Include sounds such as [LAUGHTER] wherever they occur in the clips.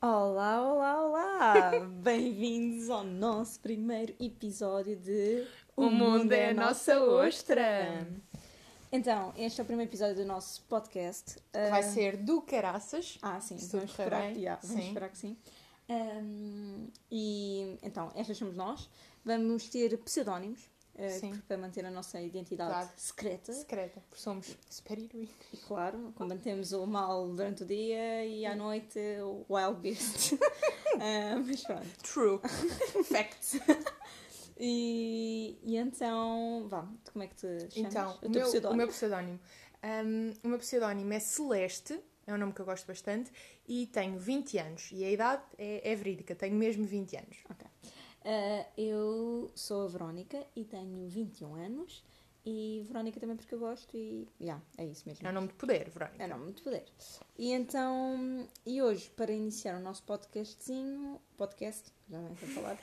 Olá, olá, [LAUGHS] olá! Bem-vindos ao nosso primeiro episódio de O Mundo é a Nossa Ostra. Então, este é o primeiro episódio do nosso podcast. Que vai Ah, ser do caraças. Ah, sim, se tudo vamos correr esperar, bem. yeah, vamos Sim. esperar que sim. Ahm, e então, estas somos nós. Vamos ter pseudónimos ah, Sim. que- para manter a nossa identidade Claro. secreta. Secreta, porque somos super-heroínas. E claro, combatemos o mal durante o dia e à noite o Wild [LAUGHS] Beast. [LAUGHS] Ah, mas pronto. True. Facts. E, e então, vá, tu como é que te chamas? Então, o o meu, pseudónimo. o meu pseudónimo. Hum, o meu pseudónimo é Celeste, é um nome que eu gosto bastante, e tenho 20 anos. E a idade é, é verídica, tenho mesmo 20 anos. Ah, eu sou a Verónica e tenho 21 anos. E Verónica também porque eu gosto e... Yeah, é isso mesmo. É um nome de poder, Verónica. É não, muito poder. E então, e hoje, para iniciar o nosso podcastzinho, podcast, já não sei [LAUGHS] falar,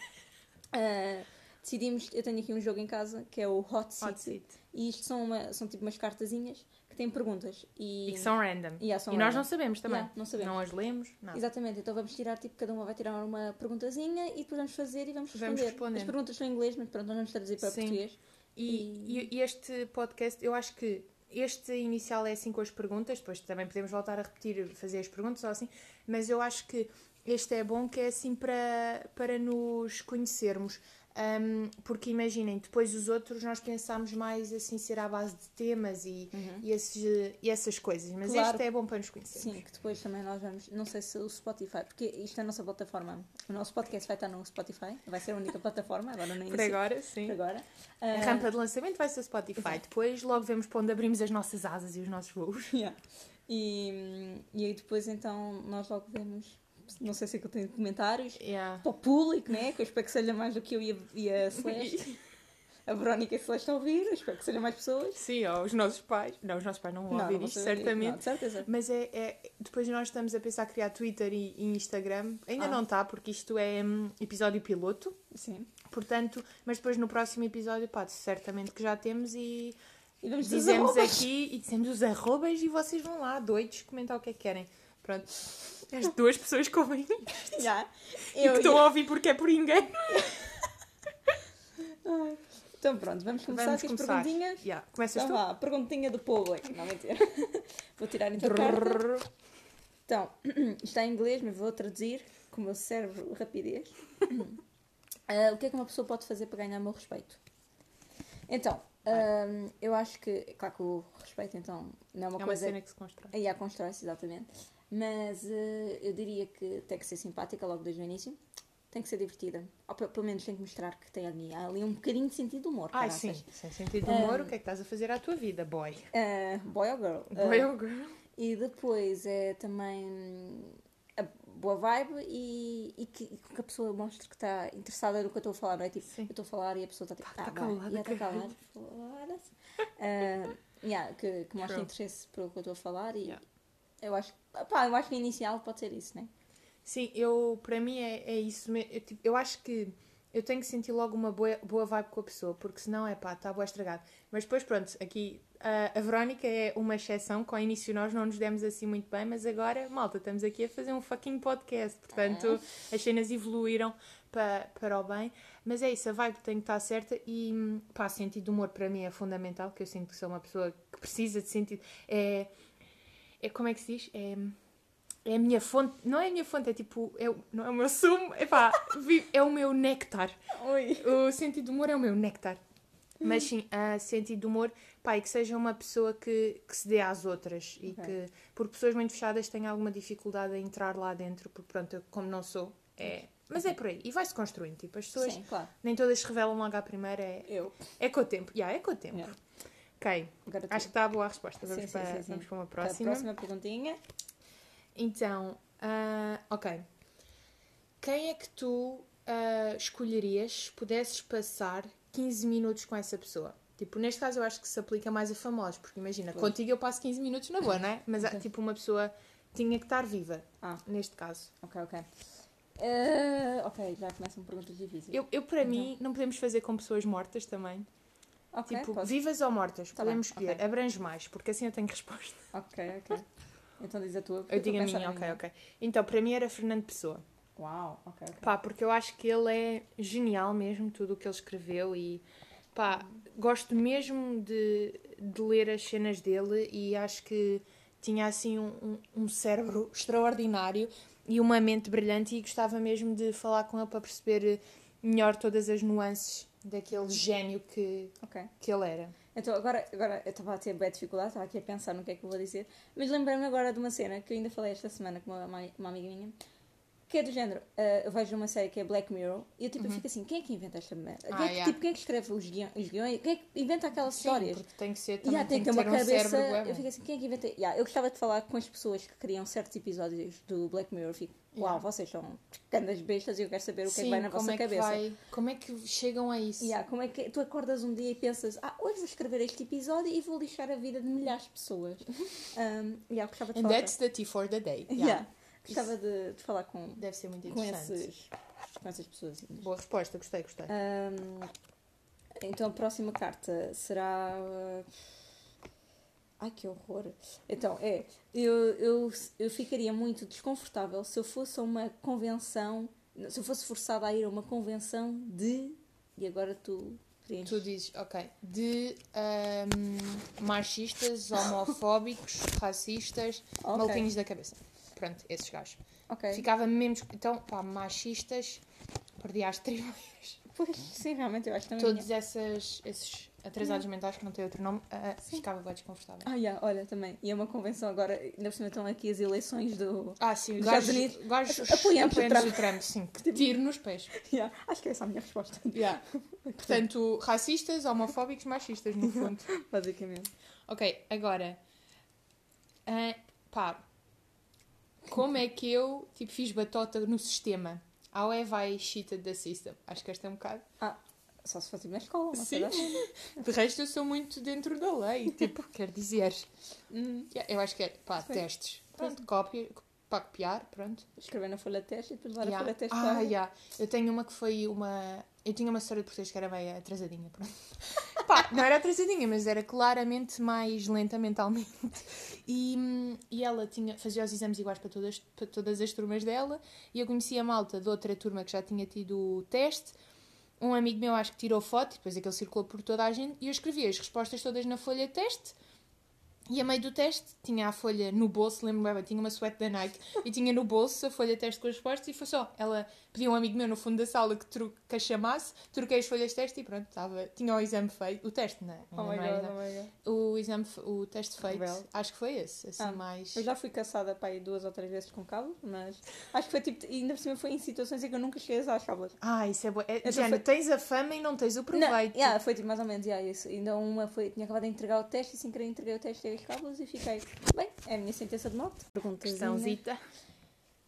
ah, decidimos, eu tenho aqui um jogo em casa, que é o Hot Seat, Hot Seat. e isto são, uma- são tipo umas cartazinhas que têm perguntas. E, E que são random. Yeah, são e nós random. não sabemos também. Yeah, não sabemos. Não as lemos, nada. Exatamente, então vamos tirar, tipo, cada uma vai tirar uma perguntazinha e depois vamos fazer e vamos responder. Vamos respondendo. As perguntas são em inglês, mas pronto, nós vamos traduzir para Sim. português. E, e- e este podcast, eu acho que este inicial é assim com as perguntas, depois também podemos voltar a repetir, fazer as perguntas ou assim, mas eu acho que este é bom que é assim para, para nos conhecermos. Ahm, porque imaginem, depois os outros nós pensámos mais assim ser à base de temas e, e, esses, e essas coisas, mas Claro. este é bom para nos conhecermos. Sim, que depois também nós vamos, não sei se o Spotify, porque isto é a nossa plataforma, o nosso podcast vai estar no Spotify, vai ser a única [LAUGHS] plataforma, agora não Por agora, É sim. Por agora. A Ah, rampa de lançamento vai ser o Spotify. Depois logo vemos para onde abrimos as nossas asas e os nossos voos. [LAUGHS] yeah. e, e aí depois então nós logo vemos, não sei se é que eu tenho comentários, Yeah. para o público, né? Que eu espero que seja mais do que eu e a, e [LAUGHS] a Celeste. A Verónica e a Celeste a ouvir, eu espero que sejam mais pessoas. Sim, ou os nossos pais. Não, os nossos pais não vão não ouvir vou isto, saber. certamente. Não, de certeza. Mas é, é- Depois nós estamos a pensar criar Twitter e, e Instagram. Ainda Ah. não está, porque isto é hum, episódio piloto. Sim. Portanto, mas depois no próximo episódio, pá, certamente que já temos e E vamos dizer dizemos é arrobas. aqui e dizemos os arrobas e vocês vão lá, doidos, comentar o que é que querem. Pronto. As duas pessoas que ouvem e [LAUGHS] Já. que Eu, estão a ouvir porque é por engano. Ai. Então pronto, vamos começar Vamos com as começar. perguntinhas. Yeah. Começas Então tu? vá, perguntinha do público. Não, mentira. [LAUGHS] Vou tirar então a carta. É Então, [CLEARS THROAT] está em inglês, mas vou traduzir com o meu cérebro rapidez. [CLEARS THROAT] Ah, o que é que uma pessoa pode fazer para ganhar o meu respeito? Então, ahm, eu acho que, claro que o respeito então não é uma É uma coisa cena que se constrói. Aí a constrói-se, exatamente. Mas eh, eu diria que tem que ser simpática logo desde o início. Tem que ser divertida. Ou pe- pelo menos tem que mostrar que tem ali, há ali um bocadinho de sentido de humor. Ai, caraças. sim. Sem sentido de humor, o que é que estás a fazer à tua vida, boy? Eh, boy or girl. Eh, Boy é ou girl? e depois é também hum, a boa vibe e, e que, e que a pessoa mostre que está interessada no que eu estou a falar, não é? Tipo, Sim. eu estou a falar e a pessoa está tipo, Pá, tá ah, vai, calada, yeah, tá caralho. calada, foda-se. Ah, yeah, que, que mostre True. interesse pelo que eu estou a falar e Yeah. eu acho que, pá, eu acho que inicial pode ser isso, né? Sim, eu, para mim é, é isso. me- Eu, tipo, eu acho que eu tenho que sentir logo uma boa, boa vibe com a pessoa, porque senão é pá, está boa estragado. Mas depois, pronto, aqui a, a Verónica é uma exceção, que ao início nós não nos demos assim muito bem, mas agora, malta, estamos aqui a fazer um fucking podcast, portanto as cenas evoluíram para, para o bem. Mas é isso, a vibe tem que estar certa e pá, sentido de humor para mim é fundamental, que eu sinto que sou uma pessoa que precisa de sentido. É, é como é que se diz? É. É a minha fonte, não é a minha fonte, é tipo, é, o- não é o meu sumo, [LAUGHS] epá, vi- é o meu néctar. Oi. O sentido de humor é o meu néctar. Mas sim, a sentido de humor, pá, e que seja uma pessoa que, que se dê às outras. E Ok. que, porque pessoas muito fechadas têm alguma dificuldade a entrar lá dentro, porque pronto, eu, como não sou, é. Mas é por aí, e vai-se construindo, tipo, as pessoas, Sim, claro. nem todas se revelam logo à primeira, é, Eu. é com o tempo, já, é com o tempo. Yeah. Ok, Agora tu. acho que está boa a resposta, Sim, vamos, sim, para, sim, sim. vamos para uma Tá, próxima. próxima perguntinha. Então, ah, ok. Quem é que tu ah, escolherias se pudesses passar 15 minutos com essa pessoa? Tipo, neste caso eu acho que se aplica mais a famosos, porque imagina, Pois. contigo eu passo 15 minutos na boa, não é? Mas há, tipo, uma pessoa tinha que estar viva, Ah. neste caso. Ok, ok. Eh, ok, já começam perguntas difíceis. Eu, eu para mim, não podemos fazer com pessoas mortas também. Ok, tipo, posso? vivas ou mortas, Tá bem, podemos escolher. ok. [LAUGHS] Abrange mais, porque assim eu tenho resposta. Ok, ok. Então diz a tua. porque Eu estou digo a pensar minha, na ok, ok. Então, para mim era Fernando Pessoa. Uau, ok, ok. Pá, porque eu acho que ele é genial mesmo, tudo o que ele escreveu e pá, gosto mesmo de, de ler as cenas dele e acho que tinha assim um, um- um cérebro extraordinário e uma mente brilhante e gostava mesmo de falar com ele para perceber melhor todas as nuances daquele gênio que, Ok. que ele era. Então agora, agora eu estava a ter bem dificuldade, estava aqui a pensar no que é que eu vou dizer, mas lembrei-me agora de uma cena que eu ainda falei esta semana com uma, ami- uma amiga minha, que é do género, ah, eu vejo uma série que é Black Mirror e eu tipo fico assim, quem é que inventa esta merda? Quem é que, Uhum. Ah, yeah. tipo, quem é que escreve os guiões? Os guiões? Quem é que inventa aquelas Sim, histórias? porque tem que ser também Yeah, tem que ter que uma ter um cabeça. cérebro bué eu fico assim, quem é que inventei? Yeah, eu gostava de falar com as pessoas que criam certos episódios do Black Mirror. Fico, uau, Yeah. vocês são grandes bestas e eu quero saber o que é Sim, que vai na como vossa é que cabeça. vai- como é que chegam a isso? Yeah, como é que tu acordas um dia e pensas, ah, hoje vou escrever este episódio e vou lixar a vida de milhares de [LAUGHS] pessoas. Um, yeah, gostava de And falar. that's the tea for the day. com- Yeah. Yeah, Gostava de, de falar com, Deve ser muito com, interessante. esses, com essas pessoas. Boa resposta, gostei, gostei. Um, então a próxima carta será. uh, Ai que horror! Então é, eu, eu, eu ficaria muito desconfortável se eu fosse a uma convenção, se eu fosse forçada a ir a uma convenção de. E agora tu preenches. Tu dizes, ok, de ahm, [LAUGHS] machistas, homofóbicos, racistas, Ok. maluquinhos da cabeça. Pronto, esses gajos. Ok. Ficava mesmo. Então, pá, machistas, perdi as [LAUGHS] tribos. Pois, sim, realmente eu acho também. é. Todos essas, esses atrasados mentais que não têm outro nome, ah, ficava bem desconfortável. Ah, yeah, olha, também. E é uma convenção agora, ainda por cima estão aqui as eleições do. [LAUGHS] Ah, sim, Nos gajos, Estados Unidos, gajos apoiamos o o Trump, [LAUGHS] sim, que tiro nos pés. Yeah, acho que essa é a minha resposta, [LAUGHS] Yeah. Portanto, racistas, homofóbicos, machistas, no fundo. basicamente. Ok, agora. Ah, pá. Como é que eu tipo, fiz batota no sistema? How have I cheated the system? Acho que esta é um bocado. Ah, só se for tipo na escola, não sei Sim. lá. De resto, eu sou muito dentro da lei. Tipo, [LAUGHS] quer dizer. Hum. Yeah, eu acho que é. Pá, testes. Pronto, cópia. Para copiar, pronto. escrever na folha de teste e depois levar a Yeah. folha de teste Ah, para yeah. Eu tenho uma que foi uma. Eu tinha uma história de português que era meio atrasadinha, pronto. [LAUGHS] Pá, não era atrasadinha, mas era claramente mais lenta mentalmente. E, hum, e ela tinha, fazia os exames iguais para todas, para todas as turmas dela. E eu conhecia a malta de outra turma que já tinha tido o teste. Um amigo meu acho que tirou foto, e depois aquele circulou por toda a gente. E eu escrevi as respostas todas na folha de teste. E a meio do teste tinha a folha no bolso, lembro-me, bem, tinha uma suéte da Nike e tinha no bolso a folha de teste com as respostas e foi só. Ela pediu a um amigo meu no fundo da sala que, tru- que a chamasse, troquei as folhas de teste e pronto, estava, tinha o exame feito, o teste, não, ainda Oh my não era god, exame. oh my god. O exame, fe- o teste feito, Rebelde. acho que foi esse, assim Ah, mais. Eu já fui caçada para aí duas ou três vezes com cabos, mas acho que foi tipo, ainda por cima foi em situações em que eu nunca cheguei a usar as cábulas. Ah, isso é bom. É, tô Jana, fe- tens a fama e não tens o proveito. Não, yeah, foi tipo mais ou menos, yeah, isso. Ainda uma foi, tinha acabado de entregar o teste e sem querer entreguei o teste e as cábulas e fiquei. Bem, é a minha sentença de morte. Perguntas. Questãozita.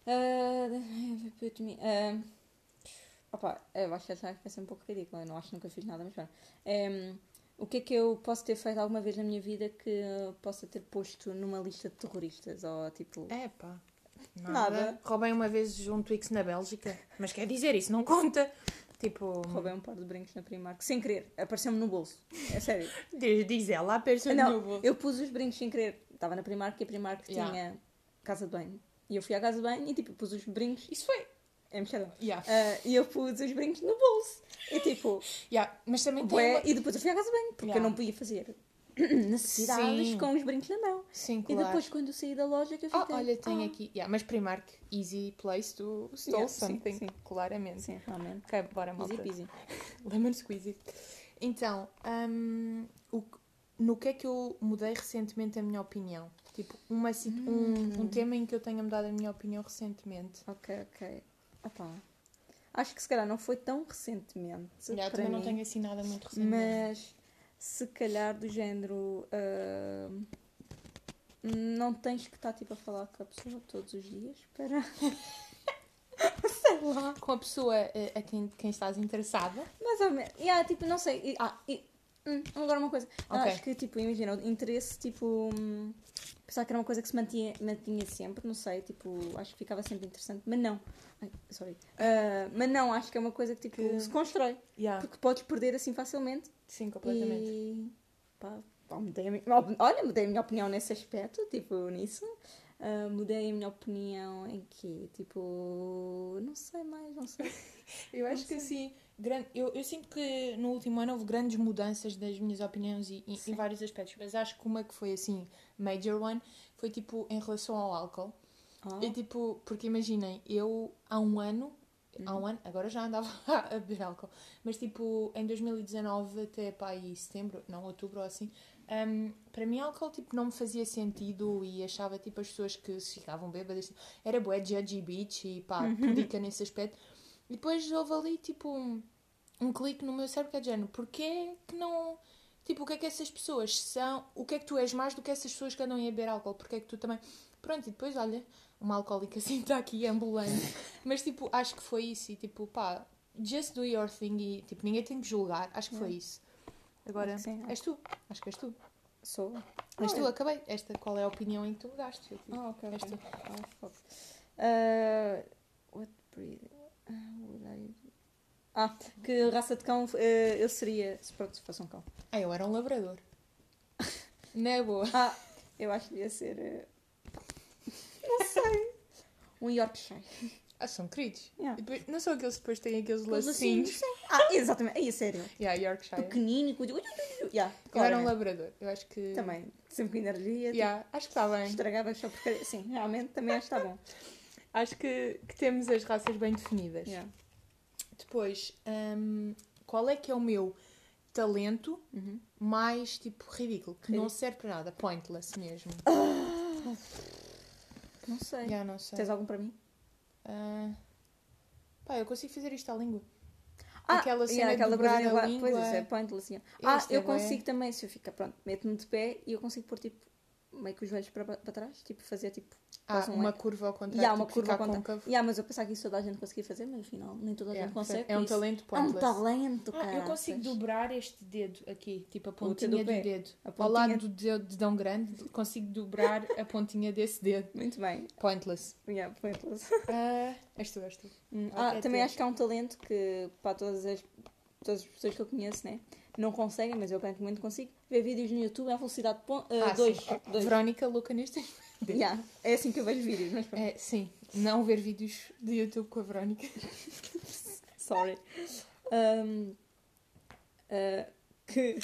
Eh, [LAUGHS] opa, eu acho que essa vai ser um pouco ridícula, eu não acho que nunca fiz nada, mas pronto. Eh, o que é que eu posso ter feito alguma vez na minha vida que eh, possa ter posto numa lista de terroristas ou tipo. É pá. Nada. Nada. Roubei uma vez um Twix na Bélgica, mas quer dizer, isso não conta. Tipo, Roubei um par de brincos na Primark, sem querer, apareceu-me no bolso. É sério. diz, diz ela, aperta [LAUGHS] no meu não, bolso. eu pus os brincos sem querer. Estava na Primark e a Primark Yeah. tinha casa de banho. E eu fui à casa de banho e tipo, pus os brincos. Isso foi. É mexedão. Yeah. Ah, e eu pus os brincos no bolso. E tipo, Yeah, Então, Mas também tem. bué, uma- e depois eu fui à casa de banho, porque Yeah. eu não podia fazer necessidades Sim. com os brincos na mão. Sim, E claro. depois, quando eu saí da loja, que eu Ah, fiquei. olha, tem "Ah." aqui. Yeah, mas Primark, easy place to stole Yeah, sim, something. sim. Claramente. Sim, realmente. Ok, bora, malta. Easy peasy. Lemon squeezy. Então, hum, o que- no que é que eu mudei recentemente a minha opinião? Tipo, uma, si- um, um tema em que eu tenha mudado a minha opinião recentemente. Ok, ok. Opa. Acho que se calhar não foi tão recentemente. Yeah, para eu também não mim. tenho assim nada muito recente. [LAUGHS] Mas se calhar do género. ah, não tens que estar tipo a falar com a pessoa todos os dias para. Com a pessoa eh, a quem, quem estás interessada. Mais ou menos. Yeah, tipo, não sei. E- Ah. e- hum, agora uma coisa. Eu Ok. Acho que tipo, imagina, o interesse, tipo. hum, Pensava que era uma coisa que se mantinha, mantinha sempre, não sei, tipo, acho que ficava sempre interessante, mas não. Ai, sorry. Ah, mas não, acho que é uma coisa que tipo, Que- se constrói. Yeah. Porque podes perder assim facilmente Sim, completamente. E, pá, pá, mudei a minha- olha, mudei a minha opinião nesse aspecto, tipo, nisso. ah, mudei a minha opinião em que, tipo, não sei mais, não sei. Eu acho que assim, grande, eu, eu sinto que no último ano houve grandes mudanças das minhas opiniões e, e- em vários aspectos, mas acho que uma que foi assim, major one, foi tipo em relação ao álcool. Ah, É tipo, porque imaginem, eu há um ano, há um ano, agora já andava [LAUGHS] a beber álcool, mas tipo, em 2019 até pá, aí setembro, não, outubro ou assim, hum, para mim álcool tipo não me fazia sentido e achava tipo as pessoas que se ficavam bêbadas, tipo, era bué judgy bitch e pá, pudica nesse aspecto. E depois houve ali tipo um, um clique no meu cérebro que é de género, porquê que não... Tipo, o que é que essas pessoas são? O que é que tu és mais do que essas pessoas que andam a beber álcool? Porquê é que tu também... Pronto, e depois, olha, uma alcoólica [LAUGHS] assim está aqui ambulante. Mas tipo, acho que foi isso e tipo, pá, just do your thing e tipo, ninguém tem que julgar. Acho que foi isso. Agora, Acho que sim. és tu. Acho que és tu. sou. Mas Ah, tu, acabei. Esta, qual é a opinião em que tu mudaste? Eu, tipo, Ah, ok. és ok. tu. Oh, fuck. Ah, what breed? ah, would I- Ah, que raça de cão eh, eu seria se pronto, se fosse um cão. Ah, eu era um [LAUGHS] labrador. Não é boa. Ah, eu acho que ia ser. eh, Não sei. Um Yorkshire. Ah, são queridos. Yeah. E depois- não são aqueles que depois têm aqueles Aqueles lacinhos. lacinhos, sim. Ah, exatamente. Aí, sério. Yeah, Yorkshire. Pequenino, cuido. Ui, ui, ui. Yeah, Eu era um claramente. labrador. Eu acho que. Também. Sempre com energia. tipo, Yeah, acho que está bem. Estragava só porcaria. Sim, realmente também acho que está bom. Acho que, que temos as raças bem definidas. Yeah. Depois, hum, qual é que é o meu talento Uhum. mais tipo ridículo? Que Ridículo. não serve para nada, pointless mesmo. Não sei. Já não sei. Ah. Tens algum para mim? Ah, pá, eu consigo fazer isto à língua. Ah, Aquela yeah, cena de dobrar coisinha a lá. Pois língua. isso, é pointless. yeah. Ah, Este é eu bué. consigo também, se eu ficar, pronto, meto-me de pé e eu consigo pôr tipo, meio que os joelhos para, para trás, tipo, fazer tipo. Ah, quase um uma leque. curva ao E contrário. há uma tipo, curva ficar contra. côncavo. Yeah, mas eu pensava que isso toda a gente conseguia fazer, mas afinal nem toda a Yeah, gente consegue. É um por isso- É talento um pointless. talento, Ah, cara. eu consigo dobrar este dedo aqui, tipo a Ponta pontinha do do, pé. dedo. A Ao lado pontinha. do dedo- dedão grande, consigo dobrar a pontinha desse dedo. Muito bem. Pointless. Yeah, pointless. [LAUGHS] Ah, és tu, és tu. Hum, Ah, ah, quer também ter. acho que há um talento que para todas as, todas as pessoas que eu conheço, né? Não conseguem, mas eu aparentemente consigo ver vídeos no YouTube à velocidade 2. Ah, dois, sim. dois. Verónica Luca neste. Yeah, É assim que eu vejo vídeos, mas pronto. É, sim, não ver vídeos de YouTube com a Verónica. Sorry. Hum, ah, que,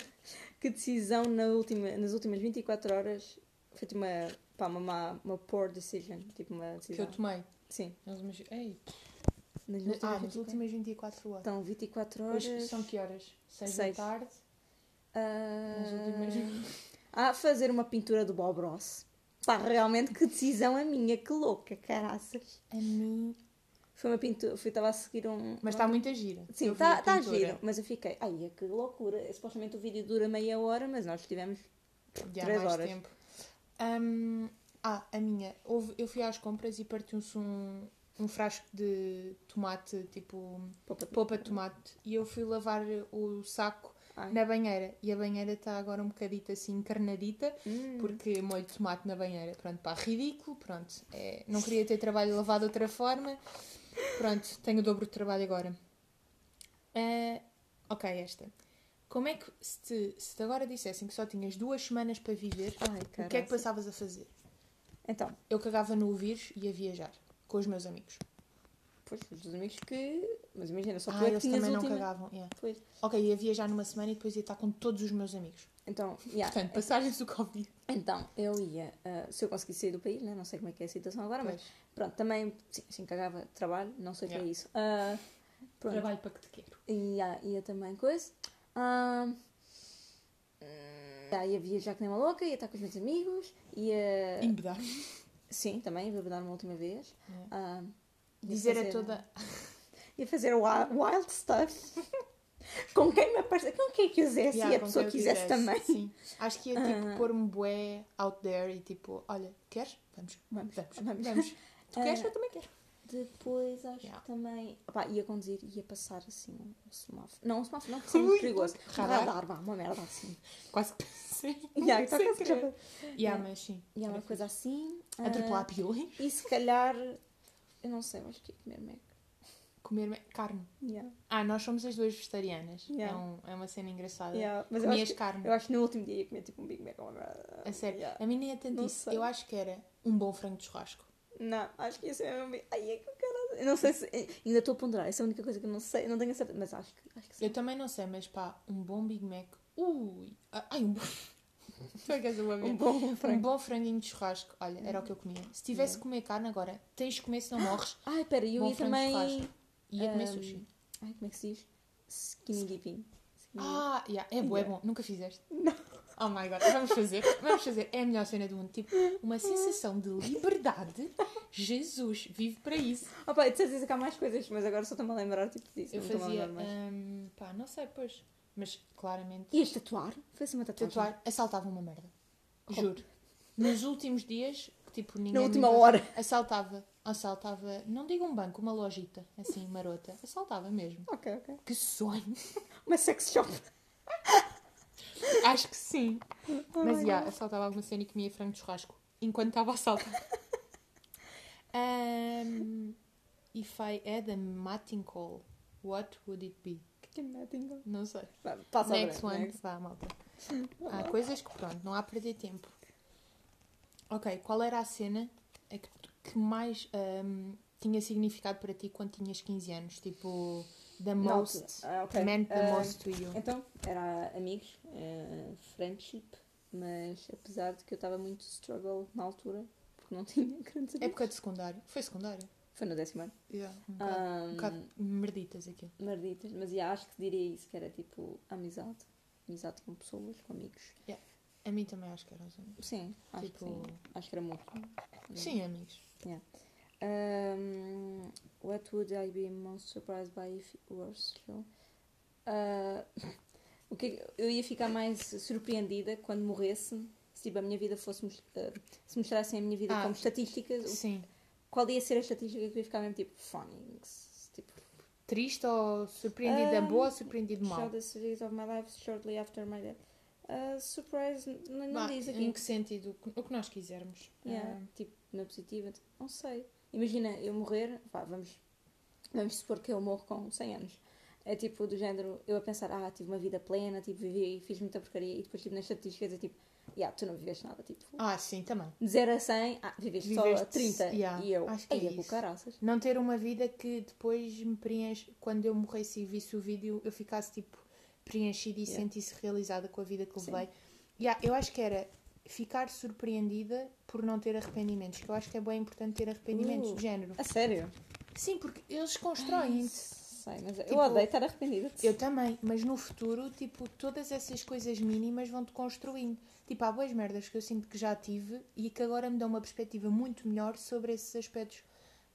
que decisão na última, nas últimas 24 horas foi tipo uma, pá, uma, má- uma poor decision. Tipo uma que decisão. eu tomei. Sim. Nas últimas... Ei, Nas ah, últimas nas 24 últimas 24 horas. Então, 24 horas. Hoje são que horas? 6 Seis. da tarde. Ah, Nas últimas- Ah, fazer uma pintura do Bob Ross. Pá, realmente que decisão a minha, que louca, caraças. A mim. Foi uma pintura, fui, estava a seguir um. Mas está muita gira. Sim, Eu vi a está tá pintura. giro, mas eu fiquei, ai, é que loucura. Supostamente o vídeo dura meia hora, mas nós tivemos. Já há Três mais horas. tempo. Hum, ah, a minha. Houve- eu fui às compras e partiu-se um, um frasco de tomate, tipo Poupa, polpa de tomate. E eu fui lavar o saco Ai. na banheira. E a banheira está agora um bocadito assim encarnadita. Hum. Porque molho tomate na banheira, pronto, pá, ridículo, pronto. É, não queria ter trabalho lavado de outra forma. Pronto, tenho o dobro de trabalho agora. Ah, ok, esta. Como é que, se te, se te agora dissessem que só tinhas duas semanas para viver, Ai, o que é que caraças. passavas a fazer? Então, Eu cagava no vírus e ia viajar com os meus amigos. pois, os dos amigos que. Mas imagina, só tu ah, é que eles tinhas também não última. cagavam. yeah. Pois. Ok, ia viajar numa semana e depois ia estar com todos os meus amigos. Então, yeah. Portanto, passagens do Covid. então, eu ia. ah, se eu conseguisse sair do país, né? não sei como é que é a situação agora, mas Pois. pronto, também. Sim, sim cagava trabalho, não sei o que Yeah. é isso. Ah, pronto. Trabalho para que te quero. E ah, ia também coisa. Ah, hum, ah, ia viajar que nem uma louca, ia estar com os meus amigos, ia. Embedar. Sim, também, ia dar uma última vez. Yeah. Ah, ia Dizer a fazer- toda. Ia fazer wi- wild stuff. [LAUGHS] com quem me aparecer, com quem quisesse Yeah, e a com pessoa quem eu quisesse também. Sim. Acho que ia tipo Ah. pôr-me bué out there e tipo, olha, queres? Vamos, Eh. Vamos, vamos, vamos. vamos. Tu queres? Ah. Eu também quero. Depois acho Yeah. que também. Opá, ia conduzir ia passar assim um semáforo. Não, um semáforo não, porque seria muito Ui, perigoso. Um radar. Radar, vá, uma merda assim. Quase que [LAUGHS] pensei. Yeah, tá Sem qualquer querer. é coisa. Yeah, mas sim. E há Era uma coisa assim. fixe. ah, Atropelar piolhos. E se calhar. Eu não sei, eu acho que ia comer Mac. Comer me- carne. Yeah. Ah, nós somos as duas vegetarianas. Yeah. É, um- é uma cena engraçada. Yeah. Mas eu acho, Comias que, carne. eu acho que no último dia ia comer tipo um Big Mac ou uma merda. yeah, A sério. yeah. A mim nem é tanto Não isso. sei. Eu acho que era um bom frango de churrasco. Não, acho que isso é mesmo. bem- Ai, é que caralho. Eu não sei se. Ainda estou a ponderar. Essa é a única coisa que eu não sei. Não tenho a certeza. Mas acho que, acho que sim. Eu também não sei, mas pá, um bom Big Mac. Ui! Ah, Ai, um bom. [LAUGHS] Tu é que és uma Um merda. bom Um frango. bom franguinho de churrasco. Olha, era o que eu comia. Se tivesse que comer carne agora, tens de comer se não morres. Ai, pera, eu Bom ia frango de também. churrasco. Ia comer Ahm, sushi. Ai, como é que se diz? Skinny dipping. Skinny Ah, yeah, é bom, é yeah. bom. Nunca fizeste? Não. Oh my god, vamos fazer. Vamos fazer. É a melhor cena do mundo. Tipo, uma sensação de liberdade. Jesus, vive para isso. dipping. Opa, de certeza que há mais coisas, mas agora só estou-me a lembrar tipo disso. Eu não estou-me a fazia. lembrar mais. hum, pá, não sei, pois. Mas claramente. Ias tatuar? Fazia uma tatuagem. Tatuar assaltava uma merda. Juro. Nos últimos dias, tipo, ninguém. Na me última encontrou. hora. Assaltava. Assaltava. Não digo um banco, uma lojita, assim, marota. Assaltava mesmo. [LAUGHS] Ok, ok. Que sonho! Uma sex shop. [LAUGHS] Acho que sim. Mas Ai, já, assaltava alguma cena e comia frango de churrasco enquanto estava a assaltar. um, if I had a mating call, é what would it be? Que merda, Não sei. Vá, Passa Next a one. breve, next. Vá, malta. Vá Há lá. coisas que, pronto, não há a perder tempo. Ok, qual era a cena a que, que mais ahm, tinha significado para ti quando tinhas 15 anos? Tipo, the Na most, altura. Ah, ok. meant the Ah, most to you. Então, era amigos, eh, friendship, mas apesar de que eu estava muito struggle na altura, porque não [LAUGHS] tinha grandes amigos. Época de secundário. Foi secundário? Foi no décimo ano. É Um bocado, um Ahm, bocado merditas aquilo. Merditas, mas já acho que diria isso, que era tipo amizade. Amizade com pessoas, com amigos. A mim também acho que eram os amigos. Sim, acho que Tipo- sim. Acho que era muito. Sim, amigos. Um, what would I be most surprised by if it were so? Uh, [LAUGHS] o que é que- eu ia ficar mais surpreendida quando morresse se tipo, a minha vida fosse mos- uh, se mostrassem a minha vida Ah. como estatísticas. Sim. Qual ia ser a estatística que eu ia ficar mesmo tipo phonics? Tipo, Triste ou surpreendida Ah, boa ou surpreendido mal? show the series of my life shortly after my death. Uh, surprise, n- não, não Vá, diz aqui. em que sentido? O que nós quisermos. Yeah, Ah, Tipo, na positiva, tipo, não sei. Imagina eu morrer, vá, vamos, vamos supor que eu morro com 100 anos. É tipo do género, eu a pensar, ah, tive uma vida plena, tipo, vivi, fiz muita porcaria, e depois, tipo, nas estatísticas é tipo, yeah, tu não viveste nada, tipo, ah, sim, também. de 0 a 100, ah, viveste, só a Viveste- 30, yeah, e eu, acho que é "Ei, com isso." caraças. Não ter uma vida que depois me preenche. Quando eu morresse e visse o vídeo, eu ficasse tipo preenchida e Yeah. sentisse realizada com a vida que Sim. levei. Yeah, eu acho que era ficar surpreendida por não ter arrependimentos. Que eu acho que é bem importante ter arrependimentos Uh. de género. A sério? Sim, porque eles constroem-te. Sei, mas eu Tipo, odeio estar arrependida. Eu também, mas no futuro, tipo, todas essas coisas mínimas vão-te construindo. Tipo, há boas merdas que eu sinto que já tive e que agora me dão uma perspectiva muito melhor sobre esses aspectos.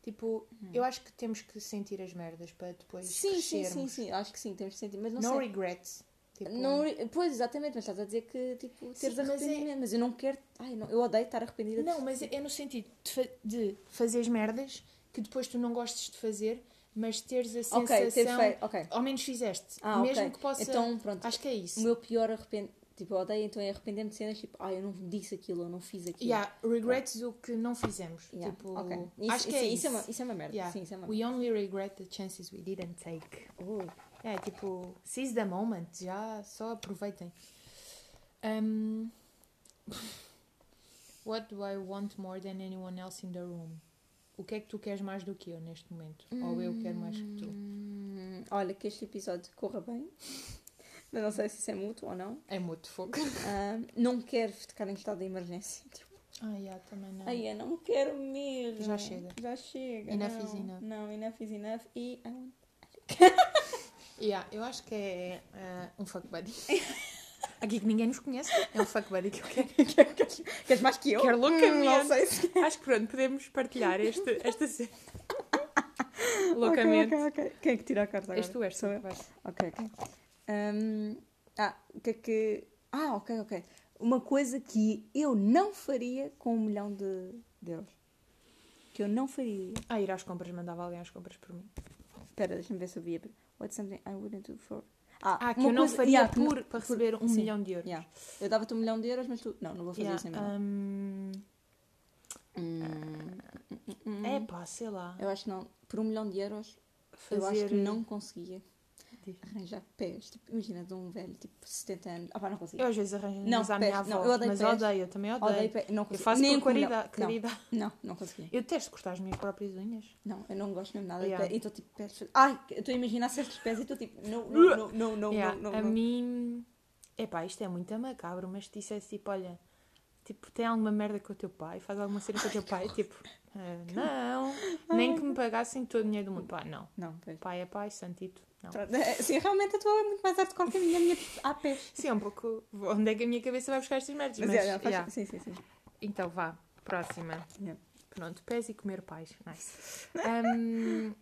Tipo, eu acho que temos que sentir as merdas para depois Hum. Sim, sim, crescermos. sim, sim, acho que sim, temos de sentir, mas não no sei. regrets. Tipo, Não, pois, exatamente, mas estás a dizer que tipo, Sim, teres mas é- arrependimento, mas, eu não quero. Ai, não, eu odeio estar arrependida. não, mas é é no sentido de, fa de fazeres merdas que depois tu não gostes de fazer, mas teres a sensação... Ok, ter feito. Ok. Ao menos fizeste. Ah, mesmo ok. que possa... Então, pronto. Acho que é isso. O meu pior arrependimento. Tipo, eu odeio então é arrepender-me de cenas tipo, ah, eu não disse aquilo, eu não fiz aquilo. Yeah, regrets o que não fizemos. Yeah, Tipo, ok. Isso, acho que isso, é isso isso. uma, isso é uma merda. Yeah. Sim, isso é uma merda. We only regret the chances we didn't take. Oh, É, tipo, seize the moment, já só aproveitem. Um, [LAUGHS] what do I want more than anyone else in the room? O que é que tu queres mais do que eu neste momento? Ou eu quero mais que tu? hum, olha, que este episódio corra bem. [LAUGHS] Mas não sei se isso é mútuo ou não. É muito fogo. [LAUGHS] Ah, não quero ficar em estado de emergência. [LAUGHS] Tipo, Ah, yeah, também não. ai, é. eu não quero mesmo. Já chega. Já chega. Enough não, is enough. Não, enough is enough. E ah, I want Yeah, eu acho que é eh, um fuck buddy. [LAUGHS] Aqui que ninguém nos conhece, é um fuck buddy que eu quero. Queres [LAUGHS] queres mais que eu? Quero louca, Hum, Não mulher. sei se Acho que pronto, podemos partilhar este, esta cena. Loucamente. Loucamente. Quem é que tira a carta agora? És tu, és tu. Sou eu. vai. Ok, ok. Hum, ah, o que é que. Ah, ok, ok. Uma coisa que eu não faria com um milhão de, de euros. Que eu não faria. Ah, ir às compras, mandava alguém às compras por mim. Espera, deixa-me ver se eu via. What's something I wouldn't do for. Ah, Ah, que uma eu não coisa- faria yeah, que não- por, para receber um sim. milhão de euros. Yeah. Eu dava-te um milhão de euros, mas tu. Não, não vou fazer Yeah, isso em mim. hum, Hum, hum, hum. É pá, sei lá. Eu acho que não. Por um milhão de euros, Fazer eu acho que não conseguia. diz. Arranjar pés. Tipo, imagina de um velho, tipo, 70 anos. Ah, pá, não consigo. Eu às vezes arranjo Não, mas à pés, minha avó. não, eu odeio mas pés. odeio, eu também odeio. Odeio pés. Não Eu consigo. faço Nem por com não. caridade. Não. caridade. Não, não consegui. Eu detesto cortar as minhas próprias unhas. Não, eu não gosto mesmo nada Yeah. de pés. E estou tipo, pés. Ai, eu estou a imaginar certos pés e estou tipo, não, não, [LAUGHS] não, não, não, Yeah, não, não, a não. mim. Epá, isto é muito macabro, mas se dissesse tipo, olha, tipo, tem alguma merda com o teu pai, faz alguma cena com o teu pai, tipo, ah, [LAUGHS] não, nem que me pagassem todo o dinheiro do mundo. Pá, não. Não, pés. Pai é pai, santito, não. Pronto, é, Sim, realmente a tua é muito mais hardcore que a minha. A minha tipo, há pés. Sim, é um pouco. Onde é que a minha cabeça vai buscar estas merdas? Mas, Mas, é, não, faz- yeah. Sim, sim, sim. Então vá, próxima. Yeah. Pronto, pés e comer pais. [LAUGHS] Nice. Ahm,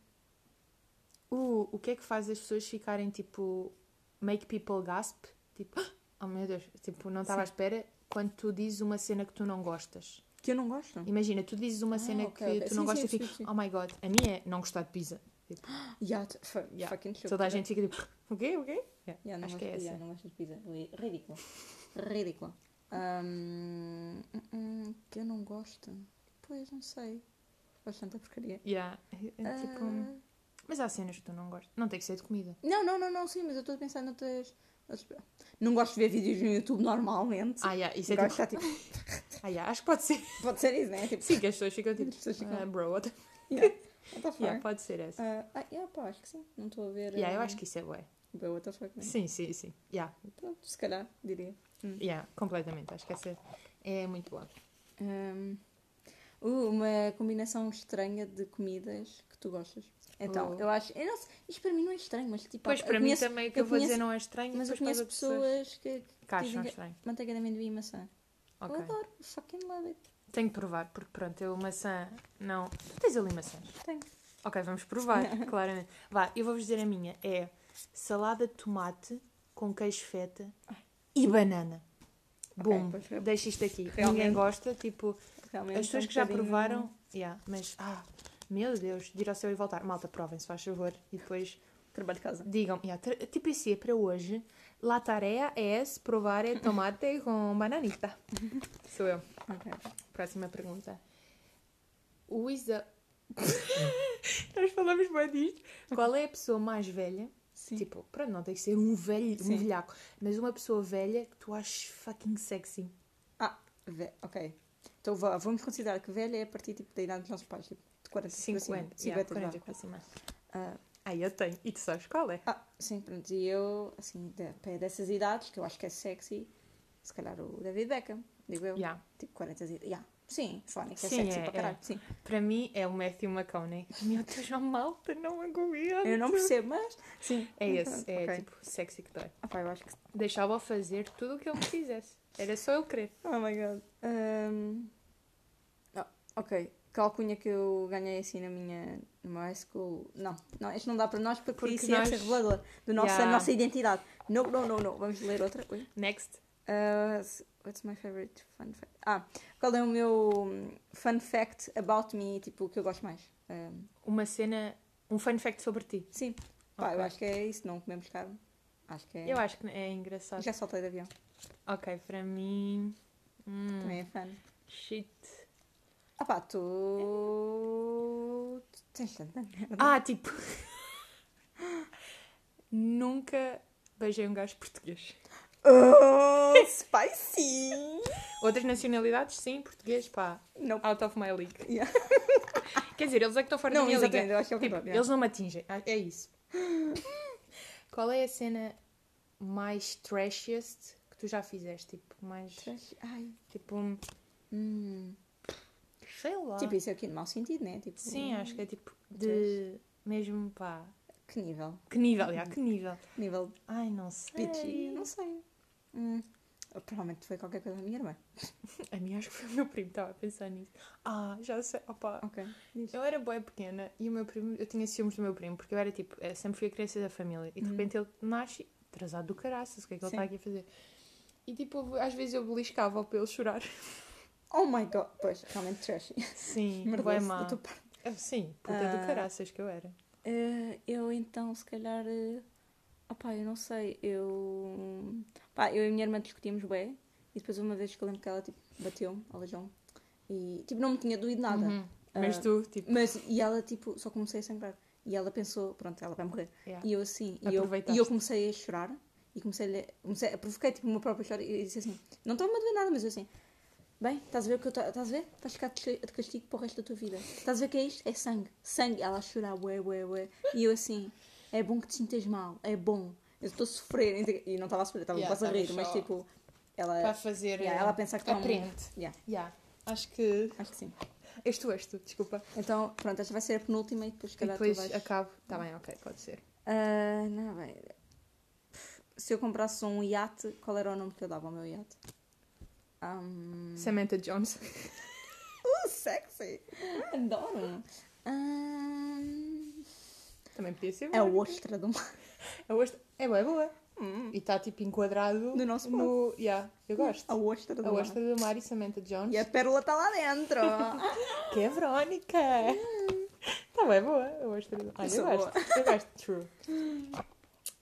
o, o que é que faz as pessoas ficarem tipo. Make people gasp? Tipo, [GASPS] "Ah!" oh meu Deus, tipo, não estava à Sim. espera quando tu dizes uma cena que tu não gostas. Que eu não gosto. Imagina, tu dizes uma Ah, cena ok, que ok. tu não Sim, gostas sim, e sim, sim. fica, oh my god, a minha é não gostar de pizza. Tipo, Yeah, t- fu- Yeah. Fucking true. toda a gente fica tipo, [LAUGHS] o quê, o quê? Yeah, Yeah, não acho gosto, que é yeah, essa. não gosto de pizza. Ri- Ridículo. Ridículo. Ahm, hum, hum, que eu não gosto. Pois, não sei. Gosto de tanta porcaria. Yeah. É, é tipo, Ah, mas há cenas que tu não gostas. Não tem que ser de comida. Não, não, não, não, sim, mas eu estou a pensar noutras. noutras- Não gosto de ver vídeos no YouTube normalmente. Ah, yeah, isso é Gosto, tipo, tá, tipo, ah, yeah, acho que pode ser. [LAUGHS] pode ser isso, né? Tipo, Sim, que as pessoas ficam tipo, As pessoas ficam- "Ah, bro, what the yeah. What the fuck? Yeah, pode ser essa. Ah, ah, yeah, pá, acho que sim. Não estou a ver. Yeah, eu acho que isso é bué. que. What the fuck, né? Sim, sim, sim. Yeah, Pronto, se calhar, diria. yeah, completamente. Acho que essa é muito boa. Hum, uh, uma combinação estranha de comidas que tu gostas. Então, Oh. eu acho. Eu não sei, isto para mim não é estranho, mas tipo. Pois, eu para conheço- mim também o que eu, eu vou dizer conheço- não é estranho, Mas eu depois para as conheço pessoas pessoas que. que acham dizem Uhum. que- estranho. Manteiga de amendoim e maçã. Eu Ok. adoro, fucking love it. Tenho que provar, porque pronto, eu maçã. Não. Tu tens ali maçãs? Tenho. Ok, [LAUGHS] vamos provar, claramente. Vá, eu vou-vos dizer a minha. É salada de tomate com queijo feta e banana. Bom, pois é. deixa isto aqui. Ninguém Realmente. gosta, tipo, Realmente. As é pessoas um que já bocadinho- provaram, yeah, mas ah, meu Deus, de ir ao céu e voltar. Malta, provem, se faz favor. E depois Trabalho de casa. digam, yeah, tra- tipo isso é para hoje. La tarea é provar el tomate [LAUGHS] [LAUGHS] com bananita. Sou eu. Ok. Próxima pergunta. O Isa. [LAUGHS] Nós falamos bem disto. Qual é a pessoa mais velha? Sim. Tipo, pronto, não tem que ser um velho, Sim. um velhaco, mas uma pessoa velha que tu achas fucking sexy. Ah, ve- ok. Então vá, vamos considerar que velha é a partir tipo, da idade dos nossos pais, tipo, assim, de 40 para cima. 50, 50, 40 vá. para cima. Ah, Ah, eu tenho. E tu sabes qual é? Ah, sim, pronto. E eu, assim, de, pé dessas idades, que eu acho que é sexy, se calhar o David Beckham, digo eu. Yeah. Tipo, 40 e... Yeah. Sim, Phonics é Sim, sexy é, para é. caralho. Sim. Para mim é o Matthew McConaughey. Meu Deus, a malta não aguenta. Eu não percebo, mas... Sim. É esse, Pronto, é ok. tipo sexy que dói. Ah, pá, eu acho que... Deixava-o fazer tudo o que ele me fizesse. Era só eu querer. Oh, my God. Ahm, ah, ok. Que alcunha que eu ganhei, assim, na minha... No meu high school... Não, não, isto não dá para nós, porque, Porque isso ia nós- ser revelador do nosso, Yeah. da nossa identidade. Não, não, não, não. Vamos ler outra. Ui. Next. Uh, what's my favorite fun fact? Ah, qual é o meu hum, fun fact about me, tipo, o que eu gosto mais? Um, Uma cena, um fun fact sobre ti. sim, pá, eu Ok. acho que é isso, não comemos carne. Acho que é. Eu acho que é engraçado. Já saltei de avião, Ok, para mim. hum, também é fun. shit. Ah pá, É. tu. tu tens tanta merda. Ah, tipo. [LAUGHS] Nunca beijei um gajo português. [LAUGHS] Oh, spicy! Outras nacionalidades, sim, português, pá. Não, Out of my league. Yeah. [LAUGHS] Quer dizer, eles é que estão fora da não minha liga. exatamente, eu acho que é o Tipo, contrário. eles não me atingem. Ah, É isso. [LAUGHS] Qual é a cena mais trashiest que tu já fizeste? Tipo, mais. Trash- Ai, Tipo, um- hum. sei lá. Tipo, isso é aqui no mau sentido, né? Tipo, Sim, acho que é tipo de. Mesmo pá. Que nível? Que nível, já, que nível. Nível Ai, não sei. Bitchy? Não sei. Hum, Provavelmente foi qualquer coisa da minha irmã. A minha acho que foi o meu primo, estava a pensar nisso. Ah, já sei. Opa. Ok. diz. Eu era boa pequena e o meu primo, eu tinha ciúmes do meu primo, porque eu era tipo, eu sempre fui a criança da família e de Uhum. repente ele nasce atrasado do caraças, o que é que ele Sim. está aqui a fazer? E tipo, eu- às vezes eu beliscava-o para ele chorar. Oh my god. Pois, realmente [LAUGHS] trashy. [LAUGHS] Sim, Merdoso boé da má. tua parte. Ah, Sim, puta Ah. do caraças que eu era. Eh, eu então, se calhar. eh, opá, eu não sei. Eu. Pá, eu e a minha irmã discutíamos bem. E depois, uma vez que eu lembro que ela tipo, bateu-me, aleijou-me. E tipo, não me tinha doído nada. Uhum. Mas Ah, tu, tipo, Mas, e ela tipo, só comecei a sangrar. E ela pensou, pronto, ela vai morrer. Yeah. E eu assim, e eu, Aproveitaste. e eu comecei a chorar. E comecei a, comecei a provoquei tipo uma própria história e disse assim: Não estava-me a doer nada, mas eu assim, bem, estás a ver o que eu tô- estás a ver? Vais ficar de ca- de castigo para o resto da tua vida. Estás a ver o que é isto? É sangue, sangue. Ela a chorar, ué, ué, ué. E eu assim: É bom que te sintas mal, é bom. Eu estou a sofrer. E não estava a sofrer, estava Yeah, quase a rir, estava mas só tipo, ela. Para fazer. yeah, eh, ela a pensar que tá um- Aprende. Yeah, Yeah. Acho que. acho que sim. És tu, és tu, desculpa. Então, pronto, esta vai ser a penúltima e depois, se E calhar, depois tu vais. acabo. Está bem, ok, pode ser. Ah, não, bem. Se eu comprasse um iate, qual era o nome que eu dava ao meu iate? Um... Samantha Jones. [LAUGHS] Uh, sexy! Adoro! Ahm, Também podia ser. É a boa. ostra do mar. A ostra. É boa, é boa. Hum, E está tipo enquadrado. No nosso Hum. no... Yeah, eu gosto. A É ostra do A mar. ostra do mar e Samantha Jones. E é a pérola está lá [LAUGHS] dentro! Que é [LAUGHS] Verónica! Está Tá bem, boa. Eu gosto. de- Olha, eu sou gosto. Eu gosto. True.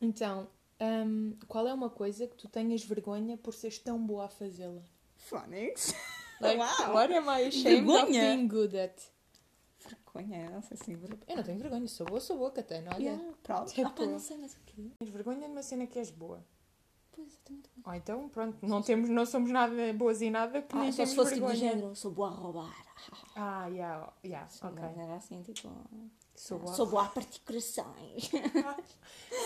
Então, hum, qual é uma coisa que tu tenhas vergonha por seres tão boa a fazê-la? Phonics? Like, Uau! what am I ashamed of Vergonha? being good at? Vergonha, não sei se vergonha. Eu não tenho vergonha, sou boa, sou boa, Catana, olha. Yeah, proud. Tipo- Ah, pá, não sei, mas o quê? Tens vergonha de uma cena que és boa. Pois, exatamente. Ou então, pronto, não, temos, não somos nada boas em nada que nem Ah, só temos se fosse tipo do vergonha. género, sou boa a roubar. Ah, yeah, yeah, ok. Não Era assim, tipo. Sou boa. Sou boa a partir corações.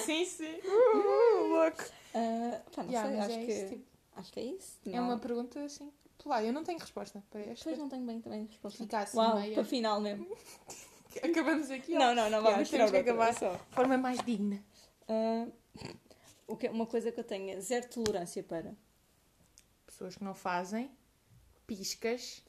Sim, sim. Uh, louco. Ah, pá, não Yeah, sei, mas acho é que. isso, tipo, Acho que é isso. É Não. uma pergunta assim. Pá, eu não tenho resposta para esta. Depois [LAUGHS] não tenho bem também a resposta. Fica assim Uau, meia. para final mesmo. Acabamos aqui. ó. [LAUGHS] Não, não, não, Yeah, vamos tirar temos que outra. acabar. só. Forma mais digna. Ah, o que, uma coisa que eu tenho é zero tolerância para. Pessoas que não fazem piscas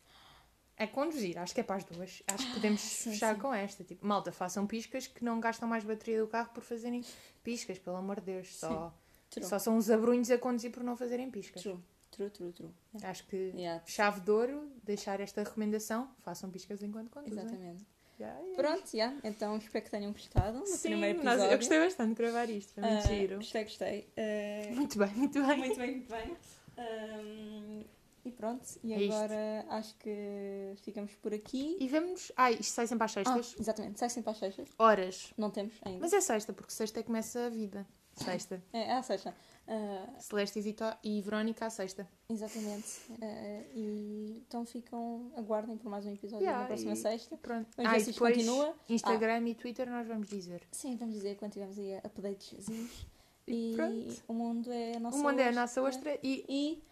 a conduzir. Acho que é para as duas. Acho que podemos sim, fechar sim. com esta. Tipo, malta, façam piscas que não gastam mais bateria do carro por fazerem piscas, pelo amor de Deus. Só, True. só são os abrunhos a conduzir por não fazerem piscas. True, true, true, true. Yeah. Acho que Yeah, chave de ouro, deixar esta recomendação, façam piscas enquanto conduzem. exatamente. Yeah, yeah. Pronto, yeah. então espero que tenham gostado do Sim, primeiro nós- episódio. eu gostei bastante de gravar isto. Foi muito Ah, giro. Gostei, gostei. Ah, [LAUGHS] Muito bem, muito bem. Muito bem, muito bem. Ahm, e pronto, e É isto. agora acho que ficamos por aqui. E vamos. Ai, isto sai sempre às Ah, sextas. exatamente, sai sempre às sextas. Horas. Não temos ainda. Mas é sexta, porque sexta é que começa a vida. Sexta. É, é à sexta. Ah, Celeste e, Vitó e Verónica à sexta. exatamente. Ah, e então ficam, aguardem por mais um episódio Yeah, na próxima e- sexta. Pronto. Vamos ver se isto continua. Instagram e Twitter nós vamos dizer. Sim, vamos dizer quando tivermos aí updatezinhos. E E pronto. o mundo é a nossa O mundo é a ostra. nossa ostra e E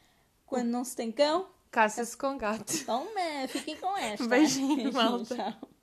quando não se tem cão, caça-se com gato. [LAUGHS] toma, fiquem com esta. Beijinho, malta. Tchau.